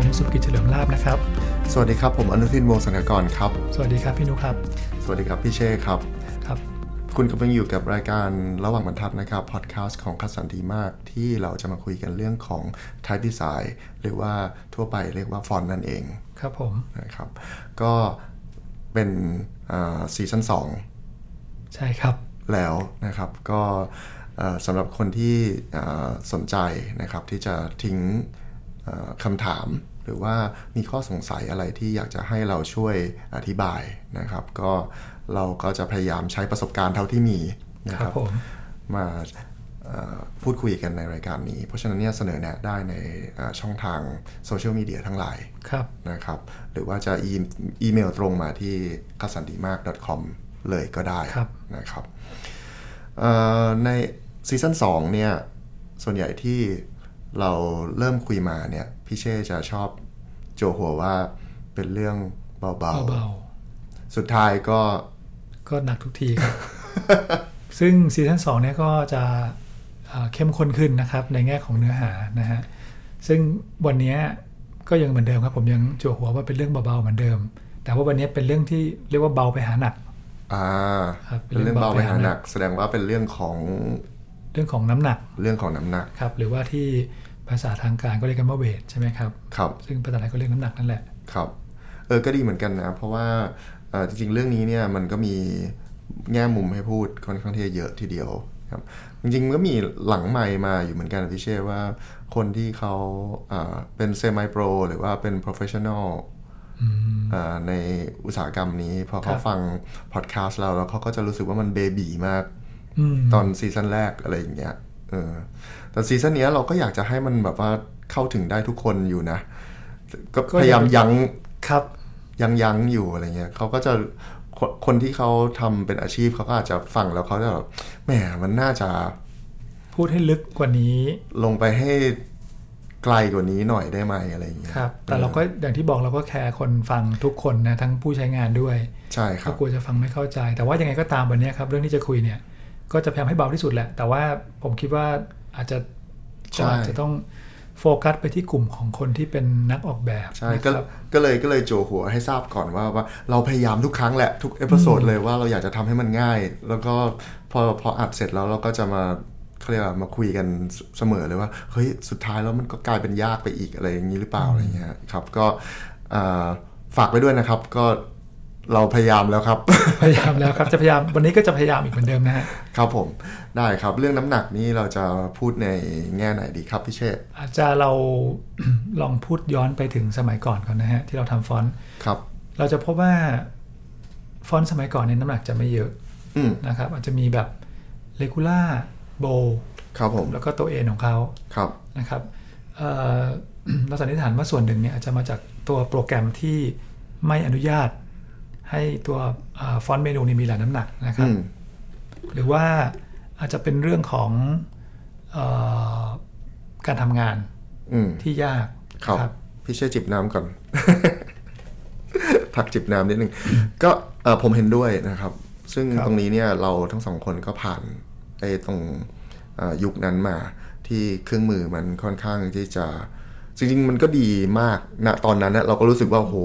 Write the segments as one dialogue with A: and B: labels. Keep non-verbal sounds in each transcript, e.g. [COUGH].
A: นะครับ
B: สวัสดีครับ ผมอนุทินวงศ์สังกกรครับ
A: สวัสดีครับพี่นุครับ
B: สวัสดีครับพี่เช่ครับ
A: ครับ
B: คุณกำลังอยู่กับรายการระหว่างบรรทัดนะครับพอดแคสต์ของคัดสันดีมากที่เราจะมาคุยกันเรื่องของ Type Design หรือว่าทั่วไปเรียกว่าฟอนต์นั่นเอง
A: ครับผม
B: นะครับ ก็เป็นซีซั่น2
A: ใช่ครับ
B: แล้วนะครับก็เอ่อสำหรับคนที่เอ่อสนใจนะครับที่จะทิ้งเอ่อคำถาม หรือว่ามีข้อสงสัยอะไรที่อยากจะให้เราช่วยอธิบายนะครับ ก็เราก็จะพยายามใช้ประสบการณ์เท่าที่มีนะค
A: ครั
B: รับบ
A: ผม
B: มาเอ่อพูดคุยกันในรายการนี้ เพราะฉะนั้นเนี่ยเสนอแนะได้ในเอ่อช่องทางโซเชียลมีเดียทั้งหลาย
A: ครับ
B: นะครับหรือว่าจะอีอีเมลตรงมาที่คัสันดีมาก .com เลยก็ได้
A: ครับ
B: นะครับเอ่อในซีซั่น2เนี่ยส่วนใหญ่ที่เราเริ่มคุยมาเนี่ยพี่เช่จะชอบโจหัวว่าเป็นเรื่องเบา
A: เบา
B: ๆ สุดท้ายก็
A: ๆก็หนักทุกทีครับ [LAUGHS] ซึ่งซีซั่นสองเนี่ยก็จะเอ่อเข้มข้นขึ้นนะครับ ในแง่ของเนื้อหานะฮะซึ่งวันเนี้ยก็ยังเหมือนเดิมครับ ผมยังจั่วหัวว่าเป็นเรื่องเบาๆเหมือนเดิม แต่ว่าวันนี้เป็นเรื่องที่เรียกว่าเบาไปหาหนัก
B: อ่า
A: ครับ
B: เป็นเรื่องเบา
A: เรื่องเบา
B: ไป
A: ไป
B: หา
A: หา
B: ห
A: หนั
B: นั
A: ก
B: กแสดงว่าเป็นเรื่องของ
A: เรื่องของน้ำหนัก
B: เรื่องของน้ำหนัก
A: ครับหรือว่าที่ภาษาทางการก็เรียกกันว่าเวทใช่ไหมครับ
B: ครับ
A: ซึ่งภาษาไทยก็เรียกน้ำหนักนั่นแหละ
B: ครับ เออ ก็ดีเหมือนกันนะ เพราะว่าเอ่อจริงๆ เรื่องนี้เนี่ยมันก็มีแง่มุมให้พูดค่อนข้างที่จะเยอะทีเดียวครับ จริงๆมันก็มีหลังใหม่มาอยู่เหมือนกันนะพี่เช่ว่าคนที่เขาเอ่อเป็นเซมิโปรหรือว่าเป็น professional เอ่อในอุตสาหกรรมนี้ พอ
A: ค
B: เขา
A: รับ
B: ฟังพอดแคสต์เราแล้วเขาก็จะรู้สึกว่ามันเบบีมาก
A: อืม
B: ตอนซีซั่นแรกอะไรอย่างเงี้ย เออ แต่ซีซั่นเนี้ยเราก็อยากจะให้มันแบบว่าเข้าถึงได้ทุกคนอยู่นะ ก็
A: ก็
B: พยายามยั้ง
A: ครับ
B: ยังยั้งอยู่อะไรเงี้ยเขาก็จะคนคนที่เขาทำเป็นอาชีพเขาก็อาจจะฟังแล้วเขาจะแบบแหมมันน่าจะ
A: พูดให้ลึกกว่านี้
B: ลงไปให้ไกลกว่านี้หน่อยได้ไหมอะไรอย่างเงี้ย
A: ครับ แต่เราก็อย่างที่บอกเราก็แคร์คนฟังทุกคนนะทั้งผู้ใช้งานด้วย
B: ใช่ค
A: ก็
B: รับ
A: กลัวจะฟังไม่เข้าใจ แต่ว่ายังไงก็ตามวันเนี้ยครับ เรื่องที่จะคุยเนี่ย ก็จะพยายามให้เบาที่สุดแหละ แต่ว่าผมคิดว่าอาจจะ
B: ใช่
A: ก็อาจจะต้องโฟกัสไปที่กลุ่มของคนที่เป็นนักออกแบบ
B: ใช่
A: นะค
B: ก็
A: รับ
B: ก็เลยก็เลยโจหัวให้ทราบก่อนว่าว่าเราพยายามทุกครั้งแหละทุกเอพิโซดเลยว่าเราอยากจะทำให้มันง่าย แล้วก็พอพออัดเสร็จแล้วเราก็จะมาเขาเรียกว่ามาคุยกันเสเสมอเลยว่าเฮ้ยสุดท้ายแล้วมันก็กลายเป็นยากไปอีกอะไรอย่างนี้หรือเปล่าอะไรเงี้ยครับก็อ่าฝากไว้ด้วยนะครับก็เราพยายามแล้วครับ [LAUGHS]
A: พยายามแล้วครับจะพยายามวันนี้ก็จะพยายามอีกเหมือนเดิมนะฮะ
B: ครับผมได้ครับเรื่องน้ำหนักนี่เราจะพูดในแง่ไหนดีครับพี่เชษฐ์
A: อาจจะเรา ลองพูดย้อนไปถึงสมัยก่อนก่อนนะฮะที่เราทำฟอนต์
B: ครับ
A: เราจะพบว่าฟอนต์สมัยก่อนเนี่ยน้ำหนักจะไม่เยอะ
B: อืม
A: นะครับ อาจจะมีแบบเลกูล่าโบ
B: ครับผม
A: แล้วก็ตัวเอนของเขา
B: ครับ
A: นะครับเอ่อ [COUGHS] เราสันนิษฐานว่าส่วนหนึ่งเนี่ยอาจจะมาจากตัวโปรแกรมที่ไม่อนุญาต ให้ตัวฟอนต์เมนูนี้มีหลายน้ำหนักนะครั
B: อื
A: บ
B: ม
A: หรือว่าอาจจะเป็นเรื่องของเออการทำงาน
B: อืม
A: ที่ยาก
B: ครับ
A: นะ
B: พี่ช่วยจิบน้ำก่อน [LAUGHS] พักจิบน้ำนิดนึง ก็เอ่อผมเห็นด้วยนะครับ ซึ่ง
A: ครับ
B: ตรงนี้เนี่ยเราทั้งสองคนก็ผ่านไอ้ตรงเอ่อยุคนั้นมา ที่เครื่องมือมันค่อนข้างที่จะ จริงๆ มันก็ดีมากนะตอนนั้นนะเราก็รู้สึกว่าโอ้โห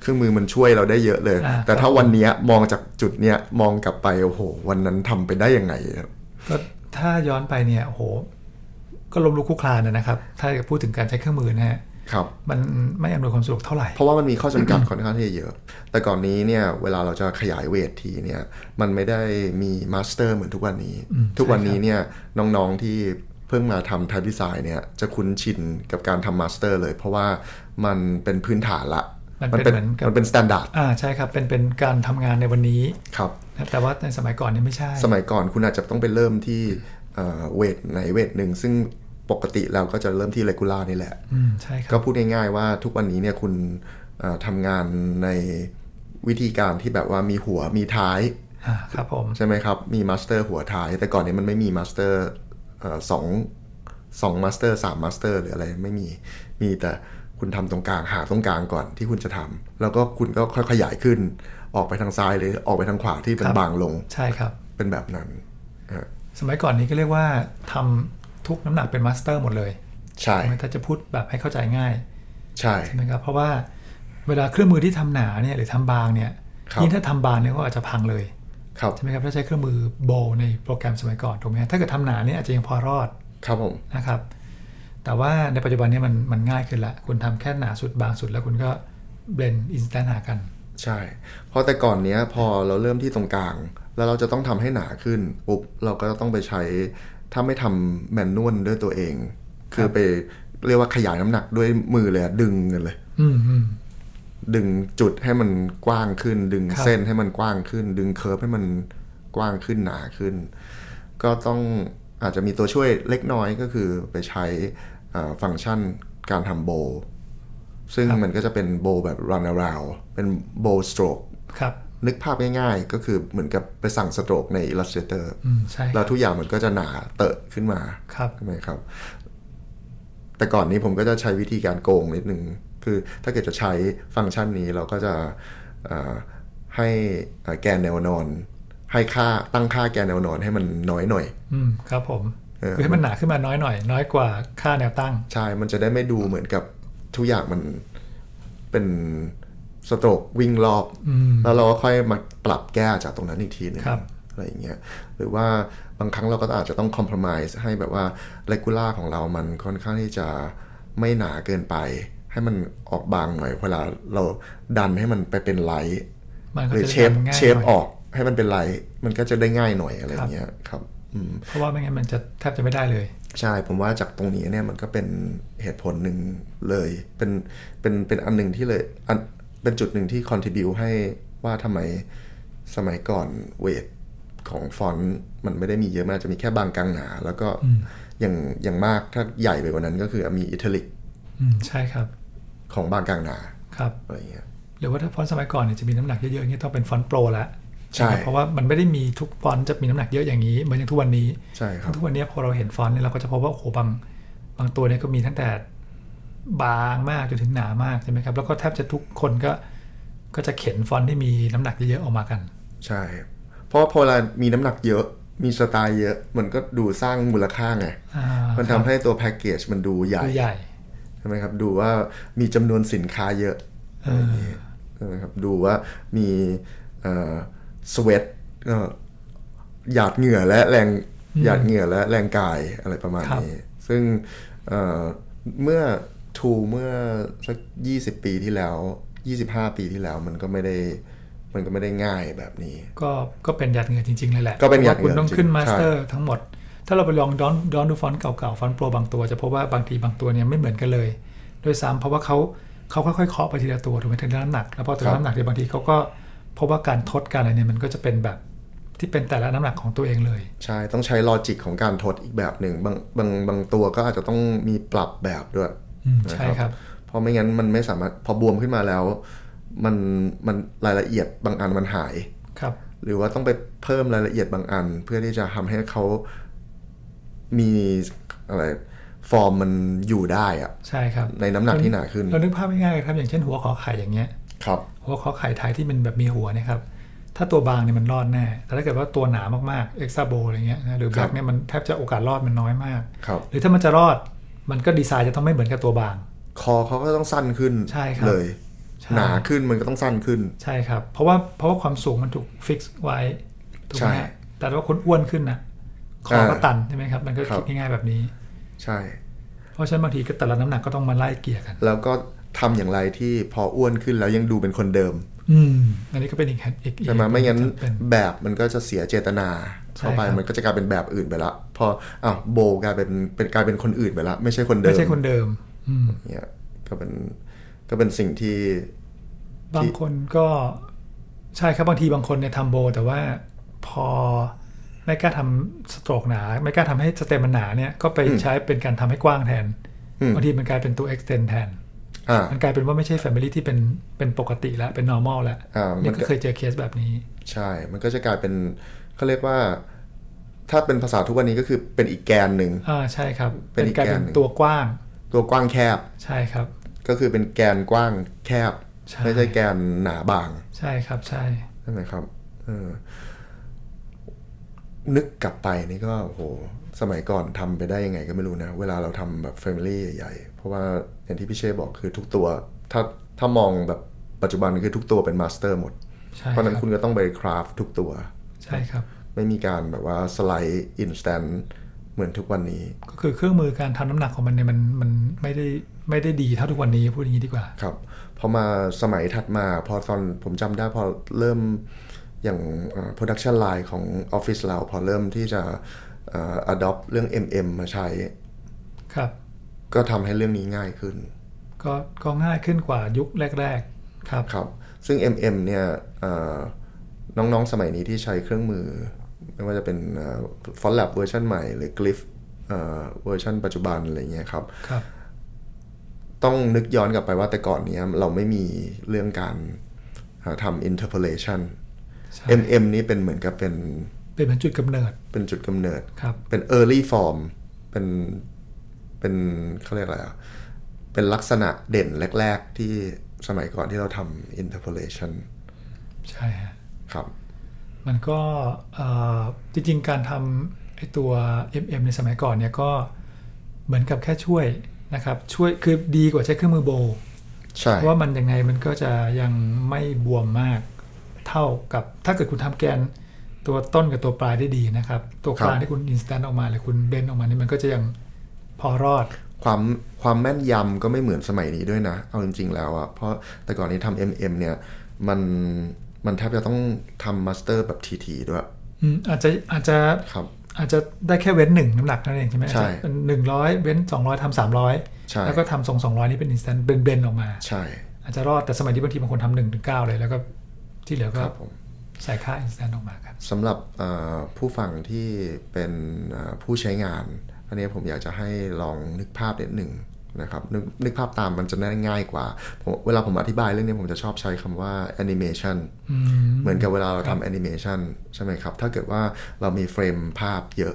B: เครื่องมือมันช่วยเราได้เยอะเลย
A: อ่า
B: แต่ถ้าวันเนี้ยมองจากจุดเนี้ยมองกลับไปโอ้โห วันนั้นทำไปได้ยังไงครับ
A: ก็ถ้าย้อนไปเนี่ยโอ้โห ก็ล้มลุกคลุกคลานนะครับ ถ้าจะพูดถึงการใช้เครื่องมือนะฮะ
B: ครับ
A: มันไม่อำนวยความสะดวกเท่าไหร่
B: เพราะว่ามันมีข้อจำกัด ค่อนข้างที่จะเยอะ แต่ก่อนนี้เนี่ย เวลาเราจะขยายเวททีเนี่ย มันไม่ได้มีมาสเตอร์เหมือนทุกวันนี้
A: อืม
B: ทุกวันนี้
A: ใช่ครับ
B: เนี่ย น้องๆที่เพิ่งมาทำไทป์ดีไซน์เนี่ย จะคุ้นชินกับการทำมาสเตอร์เลย เพราะว่ามันเป็นพื้นฐานละ
A: มันเป็นเหมือนกับ
B: มันเป็นสแตนดาร์ด
A: อ่าใช่ครับ เป็นเป็นการทำงานในวันนี้
B: ครับ
A: นะแต่ว่าในสมัยก่อนเนี่ยไม่ใช่
B: สมัยก่อนคุณอาจจะต้องไปเริ่มที่เอ่อเวทไหนเวทหนึ่ง ซึ่งปกติเราก็จะเริ่มที่เรกูล่านี่แหละ
A: อืมใช่ค
B: ก็
A: รับ
B: พูดง่ายๆว่าทุกวันนี้เนี่ยคุณเอ่อทำงานในวิธีการที่แบบว่ามีหัวมีท้าย
A: อ่าครับผม
B: ใช่ไหมครับ มีมาสเตอร์หัวท้าย แต่ก่อนเนี้มันไม่มีมาสเตอร์เอ่อสองสองมาสเตอร์สามมาสเตอร์หรืออะไรไม่มี มีแต่คุณทำตรงกลางหาตรงกลางก่อนที่คุณจะทำแล้วก็คุณก็ค่อยๆขยายขึ้น ออกไปทางซ้ายหรือออกไปทางขวาที่เป็น
A: ครับ
B: บางลง
A: ใช่ครับ
B: เป็นแบบนั้นอ่ะ
A: สมัยก่อนนี้ก็เรียกว่าทำทุกน้ำหนักเป็นมาสเตอร์หมดเลย
B: ใช่
A: ถ้าจะพูดแบบให้เข้าใจง่าย
B: ใช่
A: ใช่ไหมครับ เพราะว่า เวลาเครื่องมือที่ทำหนาเนี่ยหรือทำบางเนี่ย
B: ครับ
A: ยิ่งถ้าทำบางเนี่ยก็อาจจะพังเลย
B: ครับ
A: ใช่ไหมครับถ้าใช้เครื่องมือโบว์ในโปรแกรมสมัยก่อนถูกไหมฮะถ้าเกิดทำหนาเนี่ยอาจจะยังพอรอด
B: ครับผม
A: นะครับ แต่ว่าในปัจจุบันเนี้มันมันง่ายขึ้นละคุณทำแค่หนาสุดบางสุดแล้วคุณก็เบลนอินสแตนหากัน
B: ใช่ เพราะแต่ก่อนเนี้ยพอเราเริ่มที่ตรงกลาง แล้วเราจะต้องทำให้หนาขึ้นปุ๊บเราก็ต้องไปใช้ถ้าไม่ทำแมนนวลด้วยตัวเอง คือไปเรียกว่าขยายน้ำหนักด้วยมือเลยอะดึงกันเลย
A: อืมอืม
B: ดึงจุดให้มันกว้างขึ้น ดึง
A: ครับ
B: เส้นให้มันกว้างขึ้น ดึงเคิร์ฟให้มันกว้างขึ้นหนาขึ้น ก็ต้องอาจจะมีตัวช่วยเล็กน้อยก็คือไปใช้อ่าฟังก์ชันการทำโบว์ซึ่งมันก็จะเป็นโบว์แบบ run around เป็นโบว์ stroke
A: ครับ
B: นึกภาพง่ายๆ ก็คือเหมือนกับไปสั่ง stroke ใน Illustrator
A: อืมใช่ค
B: แล้
A: รั
B: ว
A: บ
B: ทุกอย่างมันก็จะหนาเตอะขึ้นมา
A: ครับ
B: ใช่ไหมครับ แต่ก่อนนี้ผมก็จะใช้วิธีการโกงนิดนึง คือถ้าเกิดจะใช้ฟังก์ชันนี้เราก็จะเอ่อให้เอ่อแกนแนวนอน ให้ค่าตั้งค่าแกนแนวนอนให้มันน้อยหน่อย
A: อืมครับผม
B: เออ
A: คือให้มันหนาขึ้นมาน้อยหน่อย น้อยกว่าค่าแนวตั้ง
B: ใช่ มันจะได้ไม่ดูเหมือนกับทุกอย่างมันเป็นสโตรกวิ่งรอบ
A: อืม
B: แล้วเราก็ค่อยมาปรับแก้จากตรงนั้นอีกทีหนึง
A: ครับ
B: อะไรอย่างเงี้ยหรือว่าบางครั้งเราก็อาจจะต้องคอม p r o m i s e ให้แบบว่าเลกูล่าของเรามันค่อนข้างที่จะไม่หนาเกินไป ให้มันออกบางหน่อยเวลาเราดันให้มันไปเป็นไลท์
A: มันก็
B: หรือ
A: จะ
B: เชฟ
A: ทำง่าย
B: เชฟ
A: หน่อย
B: ออกให้มันเป็นไลท์มันก็จะได้ง่ายหน่อยอะไรอ
A: ครับ
B: ย่างเงี้ยครับอืม
A: เพราะว่าไม่งั้นมันจะแทบจะไม่ได้เลย
B: ใช่ผมว่าจากตรงนี้เนี่ยมันก็เป็นเหตุผลหนึ่งเลยเป็นเป็นเป็นอันหนึ่งที่เลยอันเป็นจุดหนึ่งที่คอนทิบิวให้ว่าทำไม สมัยก่อนเวทของฟอนต์มันไม่ได้มีเยอะมากจะมีแค่บางกลางหนา แล้วก็อย่างอย่างมากถ้าใหญ่ไปกว่านั้นก็คือมีอิตาลิก
A: อืมใช่ครับ
B: ของบางกลางหนา
A: ครับ
B: อะไรอย่างเงี้ย
A: หรือว่าถ้าฟอนต์สมัยก่อนเนี่ยจะมีน้ำหนักเยอะๆอย่างเงี้ยต้องเป็นฟอนต์โปรละ
B: ใช่
A: นะครับเพราะว่ามันไม่ได้มีทุกฟอนต์จะมีน้ำหนักเยอะอย่างนี้เหมือนอย่างทุกวันนี้
B: ใช่ครับ
A: ทุกวันนี้พอเราเห็นฟอนต์เนี่ยเราก็จะพบว่าโอ้โหบางบางตัวเนี่ยก็มีตั้งแต่บางมากจนถึงหนามากใช่ไหมครับแล้วก็แทบจะทุกคนก็ก็จะเข็นฟอนต์ที่มีน้ำหนักเยอะๆออกมากัน
B: ใช่ เพราะว่าพอเรามีน้ำหนักเยอะมีสไตล์เยอะมันก็ดูสร้างมูลค่าไง
A: อ่ามั
B: มันทำให้ตัวแพ็กเกจมันดูใหญ่
A: ตัวใหญ่
B: ใช่ไหมครับดูว่ามีจำนวนสินค้าเยอะอะไรอย่างนี้ใช่ไหมครับดูว่ามีสเวตหยาดเหงื่อและแรงหยาดเหงื่อและแรงกายอะไรประมาณนี้ ซึ่งเอ่อเมื่อทูเมื่อสักยี่สิบปีที่แล้วยี่สิบห้าปีที่แล้วมันก็ไม่ได้มันก็ไม่ได้ง่ายแบบนี้
A: ก็ก็เป็นหยาดเหงื่อจริงๆเลยแหละ
B: ก็เป็นหยาดเหงื่
A: คุณ
B: อ
A: ต้องขึ้น
B: จริงๆ
A: มาสเตอร์ทั้งหมด ถ้าเราไปลองดอนดอนดูฟอนต์เก่าๆ ฟอนต์โปรบางตัวจะพบว่าบางทีบางตัวเนี่ยไม่เหมือนกันเลยด้วยซ้ำเพราะว่าเขาเขาค่อยๆเคาะไปทีละตัวถูกไหมทีละน้ำหนัก แล้วพอตัว
B: ครับ
A: น้ำหนักเนี่ยบางทีเขาก็เพราะว่าการทดการอะไรเนี่ยมันก็จะเป็นแบบที่เป็นแต่ละน้ำหนักของตัวเองเลย
B: ใช่ ต้องใช้ลอจิกของการทดอีกแบบหนึ่งบางบางบางตัวก็อาจจะต้องมีปรับแบบด้วย
A: อืม
B: นะ
A: ใช่ครับ
B: เพราะไม่งั้นมันไม่สามารถพอบวมขึ้นมาแล้ว มันมันรายละเอียดบางอันมันหาย
A: ครับ
B: หรือว่าต้องไปเพิ่มรายละเอียดบางอัน เพื่อที่จะทำให้เขามีอะไรฟอร์มมันอยู่ได้อะ
A: ใช่ครับ
B: ในน้ำหนักที่หนาขึ้น
A: เรานึกภาพง่ายๆเลยครับอย่างเช่นหัวขอไข่อย่างเงี้ย
B: ครับ
A: หัวข้อไข่ท้ายที่มันแบบมีหัวเนะครับ ถ้าตัวบางเนี่ยมันรอดแน่ แต่ถ้าเกิดว่าตัวหนามากๆ เอ็กซ์โบอะไรเงี้ยนะหรือแบ
B: ครั
A: ล็
B: บ
A: กเนี่ยมันแทบจะโอกาสรอดมันน้อยมาก
B: ครับ
A: หรือถ้ามันจะรอด มันก็ดีไซน์จะต้องไม่เหมือนกับตัวบาง
B: คอเขาก็ต้องสั้นขึ้น
A: ใช่ครับ
B: เลย
A: ใช่
B: หนาขึ้นมันก็ต้องสั้นขึ้น
A: ใช่ครับ เพราะว่าเพราะว่าความสูงมันถูกฟิกซ์ไว้ถูกไหม
B: ใช่
A: ฮะแต่ว่าคนอ้วนขึ้นนะคอก็
B: อ่า
A: ตันใช่ไหมครับ มันก็
B: ครั
A: คิด
B: บ
A: ง่ายๆแบบนี้
B: ใช่
A: เพราะฉะนั้นบางทีก็แต่ละน้ำหนักก็ต้องมาไล่เกลี่ยกัน
B: แล้วก็ทำอย่างไรที่พออ้วนขึ้นแล้วยังดูเป็นคนเดิม
A: อืม อันนี้ก็เป็นอีกเหตุอีก
B: ใช่ไหมไม่งั้น
A: จำเป็น
B: แบบมันก็จะเสียเจตนา
A: ใช่
B: เข้าไป
A: ครับ
B: มันก็จะกลายเป็นแบบอื่นไปละ พออ้าวโบกลายเป็นเป็นกลายเป็นคนอื่นไปละไม่ใช่คนเดิม
A: ไม่ใช่คนเดิม อืม
B: เนี่ยก็เป็นก็เป็นสิ่งที่
A: บางคนก็ใช่ครับบางทีบางคนเนี่ยทำโบว์แต่ว่าพอไม่กล้าทำสโตรกหนา ไม่กล้าทำให้สเต็มมันหนาเนี่ยก็ไปใช้เป็นการทำให้กว้างแทนบางทีมันกลายเป็นตัว extend แทน
B: อ่า
A: มันกลายเป็นว่าไม่ใช่ family ที่เป็นเป็นปกติแล้วเป็น normal แล้ว
B: อ่า
A: เนี่ย
B: มันก็
A: ก็เคยเจอเคสแบบนี้
B: ใช่ มันก็จะกลายเป็นเขาเรียกว่า ถ้าเป็นภาษาทุกวันนี้ก็คือเป็นอีกแกนหนึ่ง
A: อ่าใช่ครับ
B: เป็นอีก
A: กลาย
B: แกน
A: เป็น
B: หนึ่ง
A: ตัวกว้าง
B: ตัวกว้างแคบ
A: ใช่ครับ
B: ก็คือเป็นแกนกว้างแคบ
A: ใช่
B: ไม่ใช่แกนหนาบาง
A: ใช่ครับใช่
B: นั่นแหละครับเออนึกกลับไปนี่ก็โห สมัยก่อนทำไปได้ยังไงก็ไม่รู้นะ เวลาเราทำแบบ Family ใหญ่ๆ เพราะว่าอย่างที่พี่เช่บอกคือทุกตัว ถ้าถ้ามองแบบ ปัจจุบันคือทุกตัวเป็นมาสเตอร์หมด
A: ใช่
B: เพราะฉะนั้น
A: ครับ
B: คุณก็ต้องไปคราฟทุกตัว
A: ใช่ครับ
B: ไม่มีการแบบว่าสไลด์อินสแตนเหมือนทุกวันนี้
A: ก็คือเครื่องมือการทำน้ำหนักของมันเนี่ยมันมันไม่ได้ไม่ได้ดีเท่าทุกวันนี้พูดอย่างนี้ดีกว่า
B: ครับพอมาสมัยถัดมาพอตอนผมจำได้พอเริ่มอย่างโปรดักชันไลน์ของออฟฟิศเราพอเริ่มที่จะเอ่อ adopt เรื่อง MM มาใช้
A: ครับ
B: ก็ทำให้เรื่องนี้ง่ายขึ้น
A: ก็ก็ง่ายขึ้นกว่ายุคแรก ๆ ครับ
B: ครับซึ่ง MM เนี่ยเอ่อน้องๆสมัยนี้ที่ใช้เครื่องมือ ไม่ว่าจะเป็นฟอนต์แลบเวอร์ชันใหม่หรือ Glyph เอ่อเวอร์ชันปัจจุบันอะไรเงี้ยครับ
A: ครับ
B: ต้องนึกย้อนกลับไปว่าแต่ก่อนเนี้ยเราไม่มีเรื่องการเอ่อทำ interpolation
A: ใช่
B: MM นี่เป็นเหมือนกับเป็น
A: เป็นเหมือนจุดกำเนิด
B: เป็นจุดกำเนิด
A: ครับ
B: เป็น early form เป็นเป็นเขาเรียกอะไรอ่ะ เป็นลักษณะเด่นแรก ๆ ที่สมัยก่อนที่เราทำ interpolation
A: ใช่ฮะ
B: ครับ
A: มันก็เอ่อจริงๆ การทำไอตัว MM ในสมัยก่อนเนี่ยก็เหมือนกับแค่ช่วยนะครับ ช่วยคือดีกว่าใช้เครื่องมือโบว์
B: ใช่
A: เพราะว่ามันยังไงมันก็จะยังไม่บวมมากเท่ากับถ้าเกิดคุณทำแกนตัวต้นกับตัวปลายได้ดีนะครับ ตัวกลางที่คุณอินสแตนต์ออกมาหรือคุณเบนออกมานี่มันก็จะยังพอรอด
B: ความความแม่นยำก็ไม่เหมือนสมัยนี้ด้วยนะ เอาจริง ๆ แล้วอ่ะ เพราะแต่ก่อนนี้ทำ MM เนี่ยมันมันแทบจะต้องทำ master แบบ TT ด้วย
A: อืมอาจจะอาจจะ
B: ครับ
A: อาจจะได้แค่เว้นหนึ่งน้ำหนักนั่นเองใช่ไหม
B: ใช่
A: หนึ่งร้อยเว้นสองร้อยทำสามร้อย
B: ใช่
A: แล้วก็ทำทรงสองร้อยนี่เป็นอินสแตนต์เป็นเบนออกมา
B: ใช่
A: อาจจะรอดแต่สมัยนี้บางทีบางคนทำหนึ่งถึงเก้าเลยแล้วก็ที่เหลือ
B: ค
A: ก็
B: รับผม
A: ใส่ค่าอินสแตนต์ออกมาครับ
B: สำหรับเอ่อผู้ฟังที่เป็นเอ่อผู้ใช้งานอันนี้ผมอยากจะให้ลองนึกภาพนิดหนึ่งนะครับนกนึกภาพตามมันจะได้ง่ายกว่าผมเวลาผมอธิบายเรื่องนี้ผมจะชอบใช้คำว่า animation
A: อืม
B: เหมือนกับเวลาเราทำ animation ใช่ไหมครับ ถ้าเกิดว่าเรามีเฟรมภาพเยอะ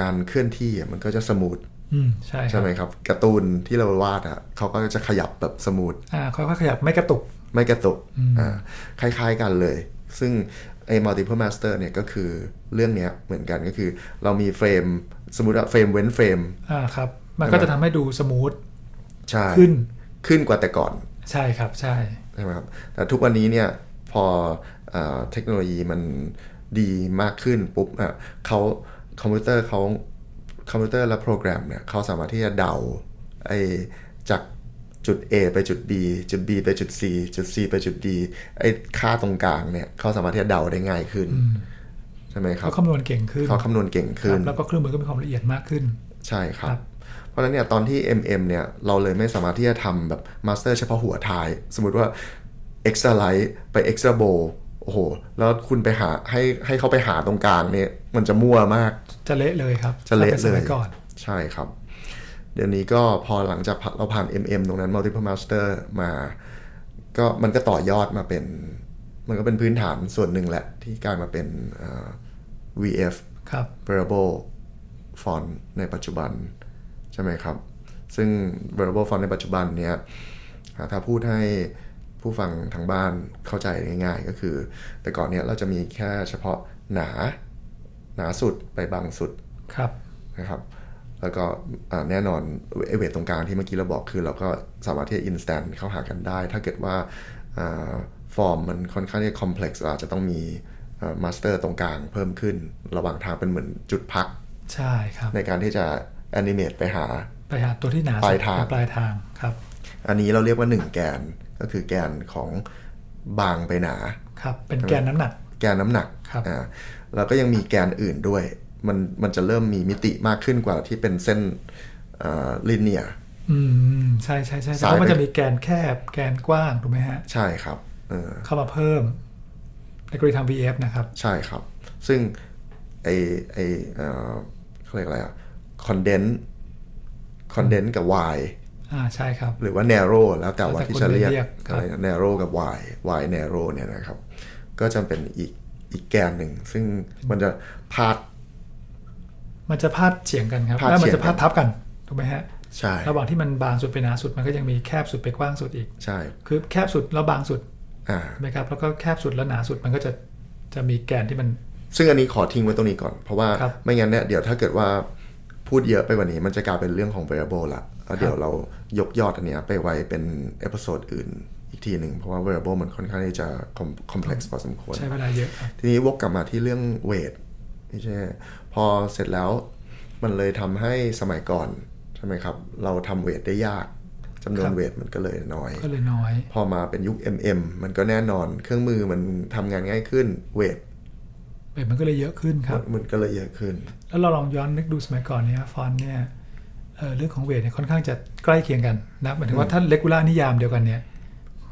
B: การเคลื่อนที่อะมันก็จะสมูท
A: อืมใช่ครั
B: ใช่
A: บ
B: ไหมครับการ์ตูนที่เราวาดอ่ะเขาก็จะขยับแบบสมูท
A: อ่าค่อยๆขยับไม่กระตุก
B: ไม่กระตุกอ่าคล้ายๆกันเลย ซึ่งไอ้ multiple master เนี่ยก็คือเรื่องเนี้ยเหมือนกันก็คือ เรามีเฟรม สมมติว่าเฟรมเว้นเฟรม
A: อ่าครับ มันก็จะทำให้ดูสมูท
B: ใช่
A: ขึ้น
B: ขึ้นกว่าแต่ก่อน
A: ใช่ครับใช่
B: ใช่ไหมครับ แต่ทุกวันนี้เนี่ยพอเอ่อเทคโนโลยีมันดีมากขึ้นปุ๊บอ่ะเขาคอมพิวเตอร์เขาคอมพิวเตอร์และโปรแกรมเนี่ยเขาสามารถที่จะเดาไอจากจุด A ไปจุด B จุด B ไปจุด C จุด C ไปจุด D ไอค่าตรงกลางเนี่ยเขาสามารถที่จะเดาได้ง่ายขึ้น ใช่ไหมครั
A: เขา
B: บ
A: คำนวณเก่งขึ้น
B: เขาคำนวณเก่ง
A: ค
B: ขึ้
A: รั
B: น
A: บแล้วก็เครื่องมือก็มีความละเอียดมากขึ้น
B: ใช่ครั
A: ครับ บ
B: เพราะฉะนั้นเนี่ยตอนที่ MM เนี่ยเราเลยไม่สามารถที่จะทำแบบมาสเตอร์เฉพาะหัวท้าย สมมติว่า extra light ไป extra bow โอ้โห แล้วคุณไปหาให้ให้เขาไปหาตรงกลางเนี่ยมันจะมั่วมาก
A: จะเละเลยครับ
B: จะเละ
A: ถ้าป็นส
B: เล
A: มั
B: ย
A: ก่อน
B: ใช่ครับ เดี๋ยวนี้ก็พอหลังจากเราผ่าน MM ตรงนั้น multiple master มา ก็มันก็ต่อยอดมาเป็น มันก็เป็นพื้นฐานส่วนหนึ่งแหละ ที่กลายมาเป็นเอ่อ VF
A: ครับ
B: variable font ในปัจจุบัน ใช่ไหมครับ ซึ่ง variable font ในปัจจุบันเนี่ยอ่าถ้าพูดให้ผู้ฟังทางบ้านเข้าใจง่ายๆ ก็คือ แต่ก่อนเนี่ยเราจะมีแค่เฉพาะหนา หนาสุดไปบางสุด
A: ครับ
B: นะครับ แล้วก็อ่าแน่นอนไอเวทตรงกลางที่เมื่อกี้เราบอกคือเราก็สามารถที่จะ instant เข้าหากันได้ ถ้าเกิดว่าฟอร์มมันค่อนข้างที่จะ complex อาจจะต้องมีมาสเตอร์ตรงกลางเพิ่มขึ้น ระหว่างทางเป็นเหมือนจุดพัก
A: ใช่ครับ
B: ในการที่จะแอนิเมตไปหา
A: ไปหาตัวที่หนาสุด
B: ปลายทาง
A: ปลายทางครับ
B: อันนี้เราเรียกว่า 1 แกนก็คือแกนของบางไปหนา
A: ครับ เป็นแกนน้ำหนัก
B: แกนน้ำหนัก
A: ครับ
B: อ่าแล้วก็ยังมีแกนอื่นด้วย มันมันจะเริ่มมีมิติมากขึ้นกว่าที่เป็นเส้นลิเนีย
A: อืมใช่ใช่ใช่
B: สาย
A: เพราะมัน
B: ไป
A: จะมีแกนแคบแกนกว้างถูกไหมฮะ
B: ใช่ครับเออ
A: เข้ามาเพิ่มในกรณีทาง VF นะครับ
B: ใช่ครับ ซึ่งไอไอเอ่อเขาเรียกอะไรอะคอนเดนคอนเดนกับ Y
A: อ่าใช่ครับ
B: หรือว่า narrow แล้วแต่ว่าที่จะเรียก
A: แล้วแต่คนจะเรียกครับ
B: อะไรนะ narrow กับ wide wide narrow เนี่ยนะครับ ก็จะเป็นอีกอีกแกนหนึ่ง ซึ่งมันจะพาด
A: มันจะพาดเฉียงกันครับ
B: พาด
A: แล้วมั
B: เฉียงกั
A: จะ
B: น
A: พาดทับกันถูกไหมฮะ
B: ใช่
A: ระหว่างที่มันบางสุดไปหนาสุดมันก็ยังมีแคบสุดไปกว้างสุดอีก
B: ใช่
A: คือแคบสุดแล้วบางสุด
B: อ่า
A: ใช่ไหมครับ แล้วก็แคบสุดแล้วหนาสุดมันก็จะจะมีแกนที่มัน
B: ซึ่งอันนี้ขอทิ้งไว้ตรงนี้ก่อน เพราะว่า
A: ครับ
B: ไม่งั้นเนี่ยเดี๋ยวถ้าเกิดว่าพูดเยอะไปกว่านี้ มันจะกลายเป็นเรื่องของ variable ละแล้วเดี๋ยวเรายกยอดอันเนี้ยไปไว้เป็นเอพิโซดอื่น อีกทีหนึ่ง เพราะว่า variable มันค่อนข้างที่จะ com- complex พอสมควร
A: ใช้เวลาเยอะครับ
B: ทีนี้วกกลับมาที่เรื่องเวทพี่เช่พอเสร็จแล้วมันเลยทำให้สมัยก่อนใช่ไหมครับ เราทำเวทได้ยากจำนว
A: ครั
B: น
A: บ
B: เวทมันก็เลยน้อย
A: ก็เลยน้อย
B: พอมาเป็นยุค MM มันก็แน่นอนเครื่องมือมันทำงานง่ายขึ้นเวท
A: เบสมันก็เลยเยอะขึ้นครับ
B: มันก็เลยเยอะขึ้น
A: แล้วเราลองย้อนนึกดูสมัยก่อนเนี่ยฟอนต์เนี่ยเอ่อเรื่องของเวทเนี่ยค่อนข้างจะใกล้เคียงกันนะหมายถึงว่าถ้าเลกูล่านิยามเดียวกันเนี่ย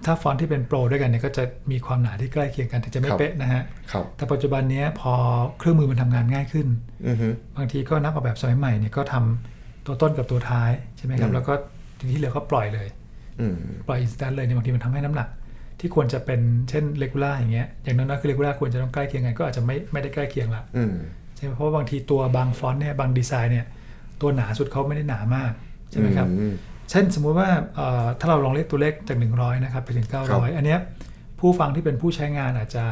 A: ถ้าฟอนต์ที่เป็นโปรด้วยกันเนี่ยก็จะมีความหนาที่ใกล้เคียงกันถึงจะไม่
B: ครับ
A: เป๊ะนะฮะ
B: ครับ
A: แต่ปัจจุบันเนี้ยพอเครื่องมือมันทำงานง่ายขึ้น
B: อือฮึ
A: บางทีก็นักออกแบบสมัยใหม่เนี่ยก็ทำตัวต้นกับตัวท้ายใช่ไหมครับ
B: อืม
A: แล้วก็ทีที่เหลือก็ปล่อยเลย
B: อืม
A: ปล่อยอินสแตนเลยเนี่ยบางทีมันทำให้น้ำหนัก ที่ควรจะเป็นเช่นเลกูล่าอย่างเงี้ยอย่างน้อยๆคือเลกูล่าควรจะต้องใกล้เคียงกันก็อาจจะไม่ไม่ได้ใกล้เคียงละ
B: อืม
A: ใช่ไหมเพราะว่าบางทีตัวบางฟอนต์เนี่ยบางดีไซน์เนี่ยตัวหนาสุดเขาไม่ได้หนามากใช่ไหมครับ
B: อืม
A: เช่นสมมุติว่าเอ่อถ้าเราลองเลขตัวเลขจาก 100 นะครับไปถึง
B: ครับ
A: 900 อันเนี้ยผู้ฟังที่เป็นผู้ใช้งานอาจจะ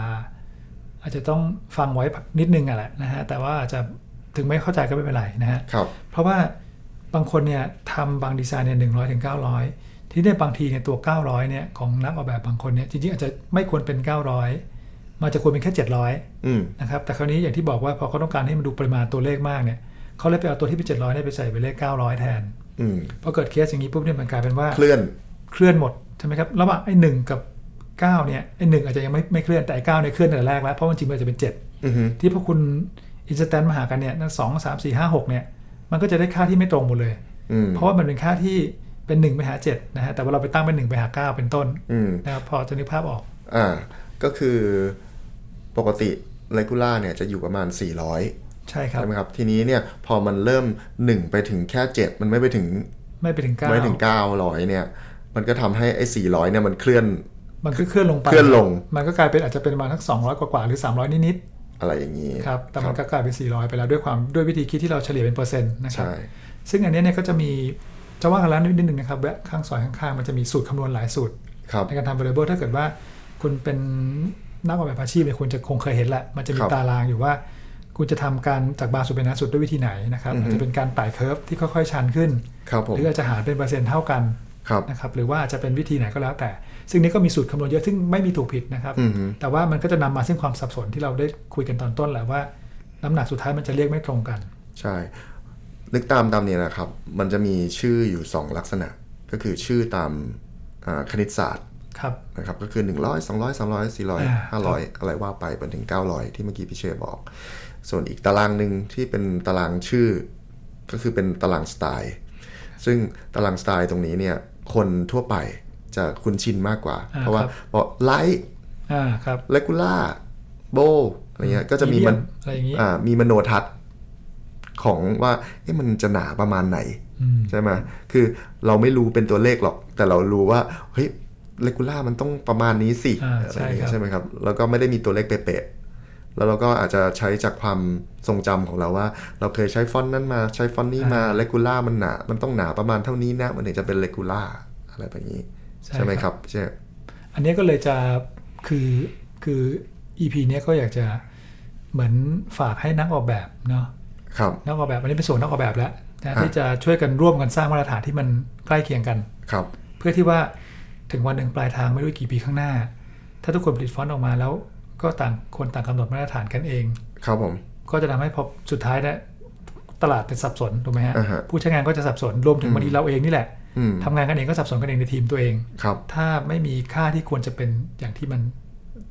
A: อาจจะต้องฟังไว้นิดนึงอ่ะแหละนะฮะแต่ว่าอาจจะถึงไม่เข้าใจก็ไม่เป็นไรนะฮะ
B: ครับ
A: เพราะว่าบางคนเนี่ยทำบางดีไซน์เนี่ยหนึ่งร้อยถึงเก้าร้อยที่ในบางทีเนี่ยตัว 900เนี่ยของนักออกแบบบางคนเนี่ยจริงๆอาจจะไม่ควรเป็น 900 มันจะควรเป็นแค่ 700
B: อืม
A: นะครับแต่คราวนี้อย่างที่บอกว่าพอเขาต้องการให้มันดูปริมาณตัวเลขมากเนี่ยเขาเลยไปเอาตัวที่เป็น 700เนี่ยไปใส่เป็นเลข 900 แทน
B: อืม
A: พอเกิดเคสอย่างนี้ปุ๊บเนี่ยมันกลายเป็นว่า
B: เคลื่อน
A: เคลื่อนหมดใช่ไหมครับระหว่างไอ้หนึ่งกับ 9 เนี่ยไอ้หนึ่งอาจจะยังไม่ไม่เคลื่อนแต่ไอ้เก้าเนี่ยเคลื่อนตั้งแต่แรกแล้วเพราะมันจริงๆมันอาจจะเป็น
B: อือฮึ
A: 7 ที่พอคุณอินสแตนมาหากันเนี่ยนั่นสองสามสี่ห้าหกเนี่ยมันก็จะได้ค่าที่ไม่ตรงหมดเลย
B: อืม
A: เพราะว่ามันเป็นค่าที่เป็น1ไปหา7นะฮะแต่ว่าเราไปตั้งเป็น1ไปหาเก้าเป็นต้น
B: อืม
A: นะครับพอจะนึกภาพออก
B: อ่า ก็คือปกติเลกูล่าเนี่ยจะอยู่ประมาณ 400
A: ใช่ครับ
B: ใช่ไหมครับ ทีนี้เนี่ยพอมันเริ่ม 1 ไปถึงแค่ 7 มันไม่ไปถึง
A: ไม่ไปถึงเก้า
B: ไม่ถึง 900 เนี่ย มันก็ทำให้ไอ้400 เนี่ยมันเคลื่อน
A: มันก็เคลื่อนลงไป
B: เคลื่อนลง
A: มันก็กลายเป็นอาจจะเป็นประมาณทั้ง200 กว่าๆหรือ 300 นิด
B: อะไรอย่างนี้
A: ๆครับแต่มันก็กลายเป็น 400 ไปแล้วด้วยความด้วยวิธีคิดที่เราเฉลี่ยเป็นเปอร์เซ็นต์นะครับ
B: ใช่
A: ซึ่งอันเนี้ยเนี่ยก็จะมีจะว่ากันแล้วนิดนึงนะครับแวะข้างซอยข้างๆมันจะมีสูตรคำนวณหลายสูตร
B: ครับ
A: ในการทำ variable ถ้าเกิดว่าคุณเป็นนักออกแบบอาชีพเนี่ยคุณจะคงเคยเห็นแหละ มันจะมี
B: ครับ
A: ตารางอยู่ว่า คุณจะทำการจากบางสุดไปนาสุดด้วยวิธีไหนนะครับ
B: อือฮึ
A: อาจจะเป็นการไต่เคิร์ฟที่ค่อยๆ ชันขึ้น
B: ครับผม
A: หรืออาจจะหารเป็นเปอร์เซ็นต์เท่ากัน
B: ครับ
A: นะครับหรือว่าอาจจะเป็นวิธีไหนก็แล้วแต่ ซึ่งนี้ก็มีสูตรคำนวณเยอะซึ่งไม่มีถูกผิดนะครับ
B: อือฮึ
A: แต่ว่ามันก็จะนำมาซึ่งความสับสนที่เราได้คุยกันตอนต้นแหละว่า น้ำหนักสุดท้ายมันจะเรียกไม่ตรงกัน
B: ใช่ นึกตามตามนี้นะครับ มันจะมีชื่ออยู่ 2 ลักษณะ ก็คือชื่อตามอ่าคณิตศาสตร์
A: ครับ
B: นะครับก็คือ 100 200 300
A: อ่า
B: 400 500 อะไรว่าไปจนถึง 900 ที่เมื่อกี้พี่เชยบอก ส่วนอีกตารางหนึ่งที่เป็นตารางชื่อ ก็คือเป็นตารางสไตล์ ซึ่งตารางสไตล์ตรงนี้เนี่ย คนทั่วไปจะคุ้นชินมากกว่า
A: อ่า
B: เพราะว่า
A: ครับ
B: บอกไลท์
A: อ่าครับ
B: เลกูล่าโบอะไรเงี้ยก็จะมีมัน
A: เดียอะไรอย่างนี้
B: อ่ามีมโนทัศน์ของว่าเอ๊ะมันจะหนาประมาณไหน
A: อืม
B: ใช่ไหมคือเราไม่รู้เป็นตัวเลขหรอก แต่เรารู้ว่าเฮ้ยเลกูล่ามันต้องประมาณนี้สิ
A: อ่า
B: อะไรอย่างเงี้ย
A: ใช่ครับ
B: ใช่ไหมครับ แล้วก็ไม่ได้มีตัวเลขเป๊ะๆแล้วเราก็อาจจะใช้จากความทรงจำของเราว่า เราเคยใช้ฟอนต์นั้นมาใช้ฟอนต์นี้มาเลกูล่ามันหนา มันต้องหนาประมาณเท่านี้นะมันถึงจะเป็นเลกูล่าอะไรแบบนี้ ใช่ไหมครับใช่
A: อันนี้ก็เลยจะคือคือ EP เนี้ยก็อยากจะเหมือนฝากให้นักออกแบบเนาะ
B: ครับ
A: นักออกแบบอันนี้เป็นส่วนนักออกแบบแล้วนะ
B: ฮะ
A: ที่จะช่วยกันร่วมกันสร้างมาตรฐานที่มันใกล้เคียงกัน
B: ครับ
A: เพื่อที่ว่าถึงวันหนึ่งปลายทางไม่รู้กี่ปีข้างหน้า ถ้าทุกคนผลิตฟอนต์ออกมาแล้วก็ต่างคนต่างกำหนดมาตรฐานกันเอง
B: ครับผม
A: ก็จะทำให้พอสุดท้ายเนี่ยตลาดเป็นสับสนถูกไหมฮะ
B: อ่าฮะ
A: ผู้ใช้งานก็จะสับสนรวมถึงบางทีเราเองนี่แหละ
B: อืม
A: ทำงานกันเองก็สับสนกันเองในทีมตัวเอง
B: ครับ
A: ถ้าไม่มีค่าที่ควรจะเป็นอย่างที่มัน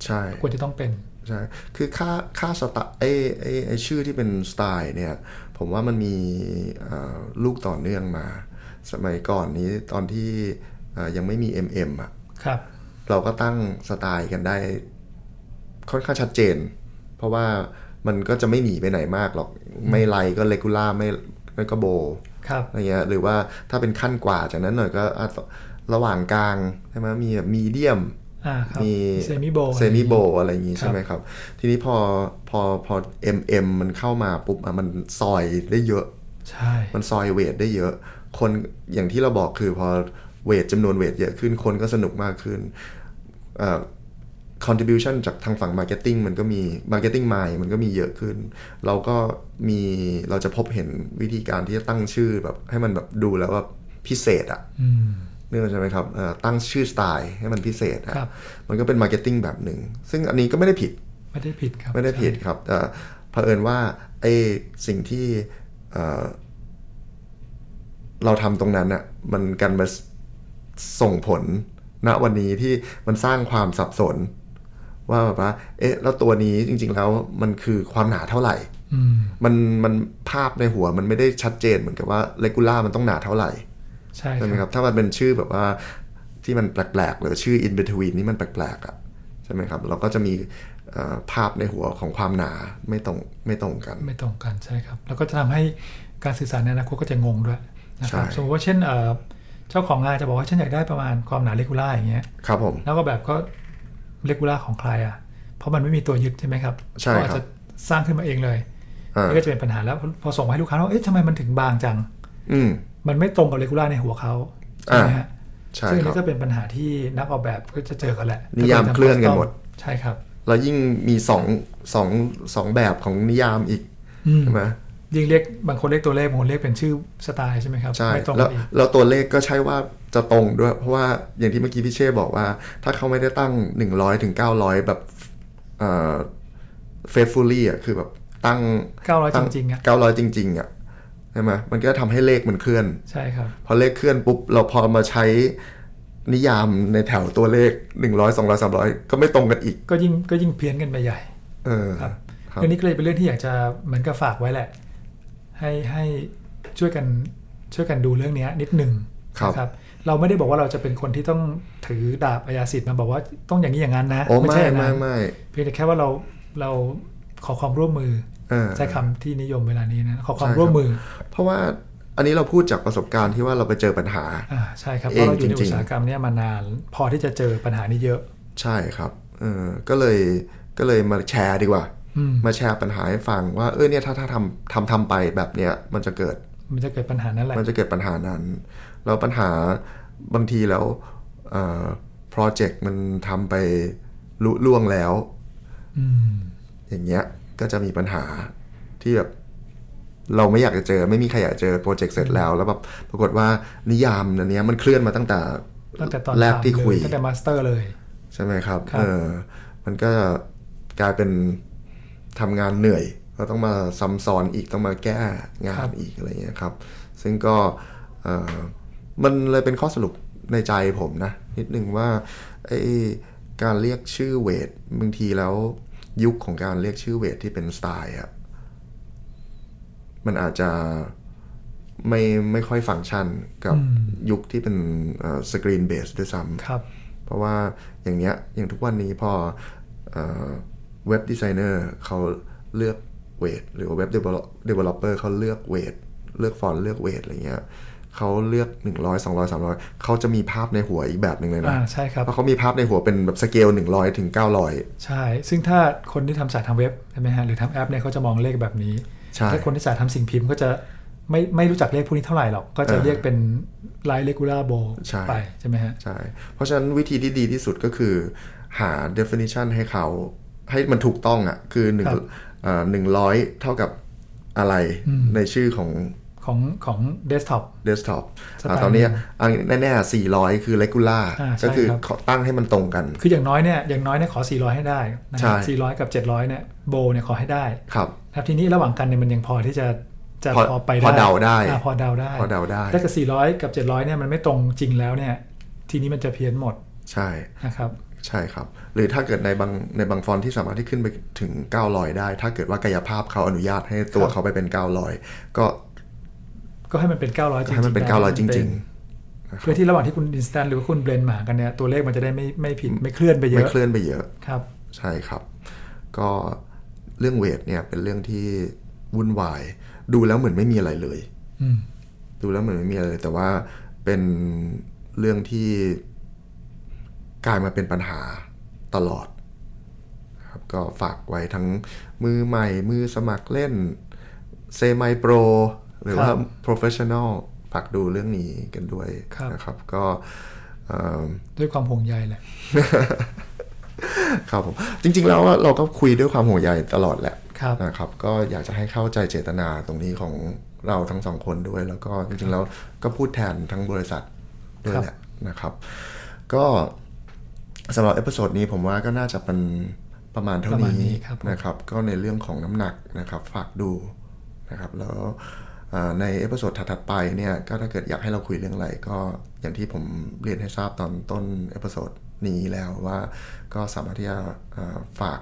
B: ใช่
A: ควรจะต้องเป็น
B: ใช่ คือค่าค่าสไตล์ไอ้ไอ้ไอ้ชื่อที่เป็นสไตล์เนี่ย ผมว่ามันมีเอ่อลูกต่อเนื่องมา สมัยก่อนนี้ตอนที่เอ่อยังไม่มี MM อ่ะ
A: ครับ
B: เราก็ตั้งสไตล์กันได้ค่อนข้างชัดเจน เพราะว่ามันก็จะไม่หนีไปไหนมากหรอก ไม่ไลก็เลกูล่าไม่ไม่ก็โบ
A: ครับ
B: อะไรเงี้ยหรือว่าถ้าเป็นขั้นกว่าจากนั้นหน่อยก็อาจระหว่างกลางใช่ไหมมีแบบมีเดียม
A: อ่าครับ
B: มี
A: เซมิโบ
B: เซมิโบอะไรอย่างงี้
A: ครับ
B: ใช่ไหมครับ ทีนี้พอพอพอ MM มันเข้ามาปุ๊บอ่ะมันซอยได้เยอะ
A: ใช่
B: มันซอยเวทได้เยอะ คนอย่างที่เราบอกคือพอเวทจำนวนเวทเยอะขึ้นคนก็สนุกมากขึ้นเอ่อ contribution จากทางฝั่ง marketing มันก็มี marketing mind มันก็มีเยอะขึ้น เราก็มีเราจะพบเห็นวิธีการที่จะตั้งชื่อแบบให้มันแบบดูแล้วแบบพิเศษอะ
A: อืม
B: นึกออกใช่ไหมครับเอ่อตั้งชื่อสไตล์ให้มันพิเศษนะครับ มันก็เป็นมาร์เก็ตติ้งแบบหนึ่ง ซึ่งอันนี้ก็ไม่ได้ผิด
A: ไม่ได้ผิดครับ
B: ไม่ได้ผิดครับแต่เผอิญว่าไอ้สิ่งที่เอ่อเราทำตรงนั้นน่ะมันกันมาส่งผลณวันนี้ที่มันสร้างความสับสน ว่าแบบว่า เอ๊ะ แล้วตัวนี้จริง ๆ แล้วมันคือความหนาเท่าไหร่
A: อืม
B: มันมันภาพในหัวมันไม่ได้ชัดเจนเหมือนกับว่าเลกูล่ามันต้องหนาเท่าไหร่
A: ใช่
B: ใช่ไหม
A: ค
B: ครับรับถ้ามันเป็นชื่อแบบว่าที่มันแปลกๆหรือชื่อ in between นี่มันแปลกๆอะ่ะใช่ไหมครับ เราก็จะมีเอ่อภาพในหัวของความหนาไม่ตรงไม่ตรงกัน
A: ไม่ตรงกันใช่ครับ แล้วก็จะทำให้การสื่อสารในอนาคตก็จะงงด้วยนะครับ
B: ใช่
A: สมมติว่าเช่นเอ่อเจ้าของงานจะบอกว่าฉันอยากได้ประมาณความหนาเลกูล่าอย่างเงี้ย
B: ครับผม
A: แล้วก็แบบก็เลกูล่าของใครอ่ะ เพราะมันไม่มีตัวยึดใช่ไหมครับ
B: ใช่ค
A: ก็
B: รับ
A: อาจจะสร้างขึ้นมาเองเลย
B: อ่า
A: นี่ก็จะเป็นปัญหาแล้วพอส่งมาให้ลูกค้าแล้วเอ๊ะทำไมมันถึงบางจัง
B: อืม
A: มันไม่ตรงกับเลกูล่าในหัวเขาใช่ไหมฮะ
B: ใช่
A: ซึ่งอัน
B: ครั
A: นี่
B: บ
A: ก็เป็นปัญหาที่นักออกแบบก็จะเจอกันแหละ
B: นิยามเคลื่อนกันหมด
A: ใช่ครับ
B: แล้วยิ่งมีสองสองสองแบบของนิยามอีก
A: อืม
B: ใช่ไหม
A: ยิ่งเรียกบางคนเรียกตัวเลขบางคนเรียกเป็นชื่อสไตล์ใช่ไหมครับ
B: ใช่
A: ไม่ตรง
B: แล้
A: กั
B: วน
A: อีก
B: แล้วตัวเลขก็ใช่ว่าจะตรงด้วย เพราะว่าอย่างที่เมื่อกี้พี่เช่บอกว่า ถ้าเขาไม่ได้ตั้ง 100ถึง900 แบบเอ่อ faithfully อ่ะคือแบบตั้ง
A: เก้าร้อยจริงๆอ่ะ
B: เก้าร้อยจริงๆอ่ะใช่ไหมมันก็ทำให้เลขมันเคลื่อน
A: ใช่ครับ
B: พอเลขเคลื่อนปุ๊บ เราพอมาใช้นิยามในแถวตัวเลขหนึ่งร้อยสองร้อยสามร้อยก็ไม่ตรงกันอีก
A: ก็ยิ่งก็ยิ่งเพี้ยนกันไปใหญ่
B: เออ
A: ครับ
B: ครับ
A: เรื่องนี้ก็เลยเป็นเรื่องที่อยากจะเหมือนกับฝากไว้แหละ ให้ให้ช่วยกันช่วยกันดูเรื่องเนี้ยนิดหนึ่ง
B: ครับ
A: นะเราไม่ได้บอกว่าเราจะเป็นคนที่ต้องถือดาบอาญาสิทธิ์มาบอกว่าต้องอย่างนี้อย่างนั้นนะ
B: โอ้ไม่
A: ใช่อย่าง
B: ไม่
A: นั้น
B: ไม่
A: เพียงแต่แค่ว่าเราเราขอความร่วมมือ
B: เออ
A: ใช้คำที่นิยมเวลานี้นะขอความ
B: ใช่ครับ
A: ร่วมมือ
B: เพราะว่าอันนี้เราพูดจากประสบการณ์ที่ว่าเราไปเจอปัญหา
A: อ่าใช่ครับเพ
B: เอง
A: ราะเราอยู่ใน
B: จริ
A: อุ
B: งๆ
A: ตสาหกรรมเนี้ยมานาน พอที่จะเจอปัญหานี้เยอะ
B: ใช่ครับ เออ ก็เลยก็เลยมาแชร์ดีกว่า
A: อืม
B: มาแชร์ปัญหาให้ฟังว่าเออเนี่ยถ้าถ้าทำทำทำไปแบบเนี้ยมันจะเกิด
A: มันจะเกิดปัญหานั่นแหละ
B: มันจะเกิดปัญหานั้น แล้วปัญหาบางทีแล้วโปรเจกต์มันทำไปลุล่วงแล้ว
A: อืม
B: อย่างเงี้ยก็จะมีปัญหาที่แบบเราไม่อยากจะเจอ ไม่มีใครอยากเจอโปรเจกต์เสร็จแล้ว แล้วแบบปรากฏว่านิยามอันเนี้ยมันเคลื่อนมาตั้งแต่
A: ตั้งแต่ตอน
B: แรก
A: ทำ
B: ที่คุย
A: เลยตั้งแต่มาสเตอร์เลย
B: ใช่ไหมครับ
A: ครับ
B: เออ มันก็กลายเป็นทำงานเหนื่อยก็ต้องมาซ้ำซ้อนอีกต้องมาแก้งานอีกอะไรเงี้ยครับ ซึ่งก็เออมันเลยเป็นข้อสรุปในใจผมนะ นิดนึงว่าไอการเรียกชื่อเวทบางทีแล้วยุคของการเรียกชื่อเวทที่เป็นสไตล์อะมันอาจจะไม่ไม่ค่อยฟังก์ชันกับยุคที่เป็นสกรีนเบสด้วยซ้ำ
A: ครับ
B: เพราะว่าอย่างเนี้ยอย่างทุกวันนี้พอเว็บดีไซเนอร์เขาเลือกเวทหรือเว็บเดเวลลอปเปอร์เขาเลือกเวทเลือกฟอนต์เลือกเวทอะไรเงี้ยเขาเลือก 100 200 300 เขาจะมีภาพในหัวอีกแบบหนึ่งเลยนะ
A: อ่าใช่ครับ
B: เพราะเขามีภาพในหัวเป็นแบบสเกล100 ถึง
A: ใช่ ซึ่งถ้าคนที่ทำศาสตร์ทางเว็บใช่ไหมฮะ หรือทำแอปเนี่ยเขาจะมองเลขแบบนี้
B: ใช่
A: ถ้าคนที่ศาสตร์ทำสิ่งพิมพ์ก็จะไม่ไม่รู้จักเลขพวกนี้เท่าไหร่หรอก ก็จะ
B: อ่า
A: เรียกเป็นไลเลกูล่าโบ
B: ใช่
A: ไปใช่ไหมฮะ
B: 900 ใช่ เพราะฉะนั้นวิธีที่ดีที่สุดก็คือหา definition ให้เขาให้มันถูกต้องอะ่ะคือหนึ่ง
A: ครับ
B: เอ่อ100 เท่ากับอะไรในชื่อของ
A: ของของเดสก์ท็อป
B: เดสก์ท็อป
A: สไตล์
B: ตอนเนี้ยอันแน่ๆ 400 คือ regular
A: อ่าใช่
B: ก็คือ
A: ครับ
B: ขอตั้งให้มันตรงกัน
A: คืออย่างน้อยเนี่ย อย่างน้อยเนี่ยขอ 400 ให้ได้นะ
B: ใช่
A: ฮะ400 กับ 700 เนี่ยโบเนี่ยขอให้ได้
B: ครับ
A: ครับทีนี้ระหว่างกันเนี่ยมันยังพอที่จะจะ
B: พอ
A: พอไป
B: พอเดาได้
A: อ่พอเดาได้
B: พอเดาได้
A: ถ้าเกิด400 กับ 700 เนี่ยมันไม่ตรงจริงแล้วเนี่ย ทีนี้มันจะเพี้ยนหมด
B: ใช่
A: นะครับ
B: ใช่ครับ หรือถ้าเกิดในบางในบางฟอนต์ที่สามารถที่ขึ้นไปถึง 900 ได้ ถ้าเกิดว่ากายภาพเขาอนุญาตให้ตั
A: คว รับ
B: เขาไปเป็น 900 ก็
A: ก็ให้มันเป็น 900จริงๆ
B: ให้มันเป็น
A: ได้
B: 900 จ
A: มัเป็
B: ริง
A: น
B: ๆ
A: เพื่อที่ระหว่างที่คุณอินสแตนหรือว่าคุณเบลนหมากันเนี่ย ตัวเลขมันจะได้ไม่ไม่ผิดไม่เคลื่อนไปเย
B: ไม่
A: อะ
B: เคลื่อนไปเยอะ
A: ครับ
B: ใช่ครับ ก็เรื่องเวทเนี่ยเป็นเรื่องที่วุ่นวาย ดูแล้วเหมือนไม่มีอะไรเลย
A: อืม
B: ดูแล้วเหมือนไม่มีอะไรเลยแต่ว่าเป็นเรื่องที่กลายมาเป็นปัญหาตลอดนะครับก็ฝากไว้ทั้งมือใหม่ มือสมัครเล่นเซม i โปรหรือว่า
A: ครับ
B: professional ฝากดูเรื่องนี้กันด้วย
A: ครับ
B: นะครับ ก็เอ่อ
A: ด้วยความห่วงใยแหละ
B: ครับผม จริง ๆ แล้วอะเราก็คุยด้วยความห่วงใยตลอดแหละ
A: ครับ
B: นะครับ ก็อยากจะให้เข้าใจเจตนาตรงนี้ของเราทั้งสองคนด้วย แล้วก็จริงๆแล้วก็พูดแทนทั้งบริษัทด้วยแหละ นะครับ ก็สำหรับเอพิโซดนี้ผมว่าก็น่าจะเป็นประมาณเท่า
A: ประมาณนี้
B: นี้
A: ครับผม
B: นะครับ ก็ในเรื่องของน้ำหนักนะครับ ฝากดูนะครับ แล้วเอ่อในเอพิโซดถัดๆไปเนี่ยก็ถ้าเกิดอยากให้เราคุยเรื่องอะไร ก็อย่างที่ผมเรียนให้ทราบตอนต้นเอพิโซดนี้แล้วว่าก็สามารถที่จะเอ่อฝาก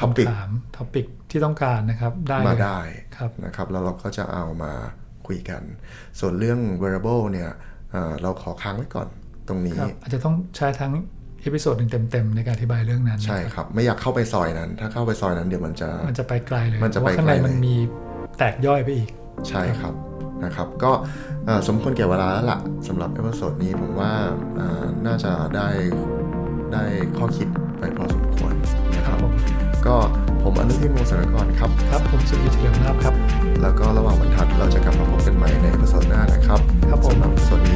A: คำ
B: topic
A: ถามท็อปิกที่ต้องการนะครับ ได้เลย
B: มาได้
A: ครับ
B: นะครับแล้วเราก็จะเอามาคุยกัน ส่วนเรื่อง wearable เนี่ยเอ่อเราขอค้างไว้ก่อนตรงนี้
A: ครับ อาจจะต้องใช้ทั้งเอพิโซดหนึ่งเต็มๆในการอธิบายเรื่องนั้น
B: ใช่ครับ ไม่อยากเข้าไปซอยนั้น ถ้าเข้าไปซอยนั้นเดี๋ยวมันจะ
A: มันจะไปไกลเลย
B: มันจะไป
A: เพราข้างใน
B: ไกลเลย
A: มันมีแตกย่อยไปอีก
B: ใช่ครับนะครับ ก็เอ่อสมควรแก่เวลาแล้วล่ะสำหรับเอพิโซดนี้ผมว่าเอ่อน่าจะได้ได้ข้อคิดไปพอสมควรนะค
A: ครั
B: รั
A: บบ ผม
B: ก็ผมอนุทินวงศสนกรครับ
A: ครับ ผมสุริเฉลิมลาภครับ
B: แล้วก็ระหว่างบรรทัดเราจะกลับมาพบกันใหม่ในเอพิโซดหน้านะครับ
A: ครับผม
B: สำหรับเอพิโซดนี้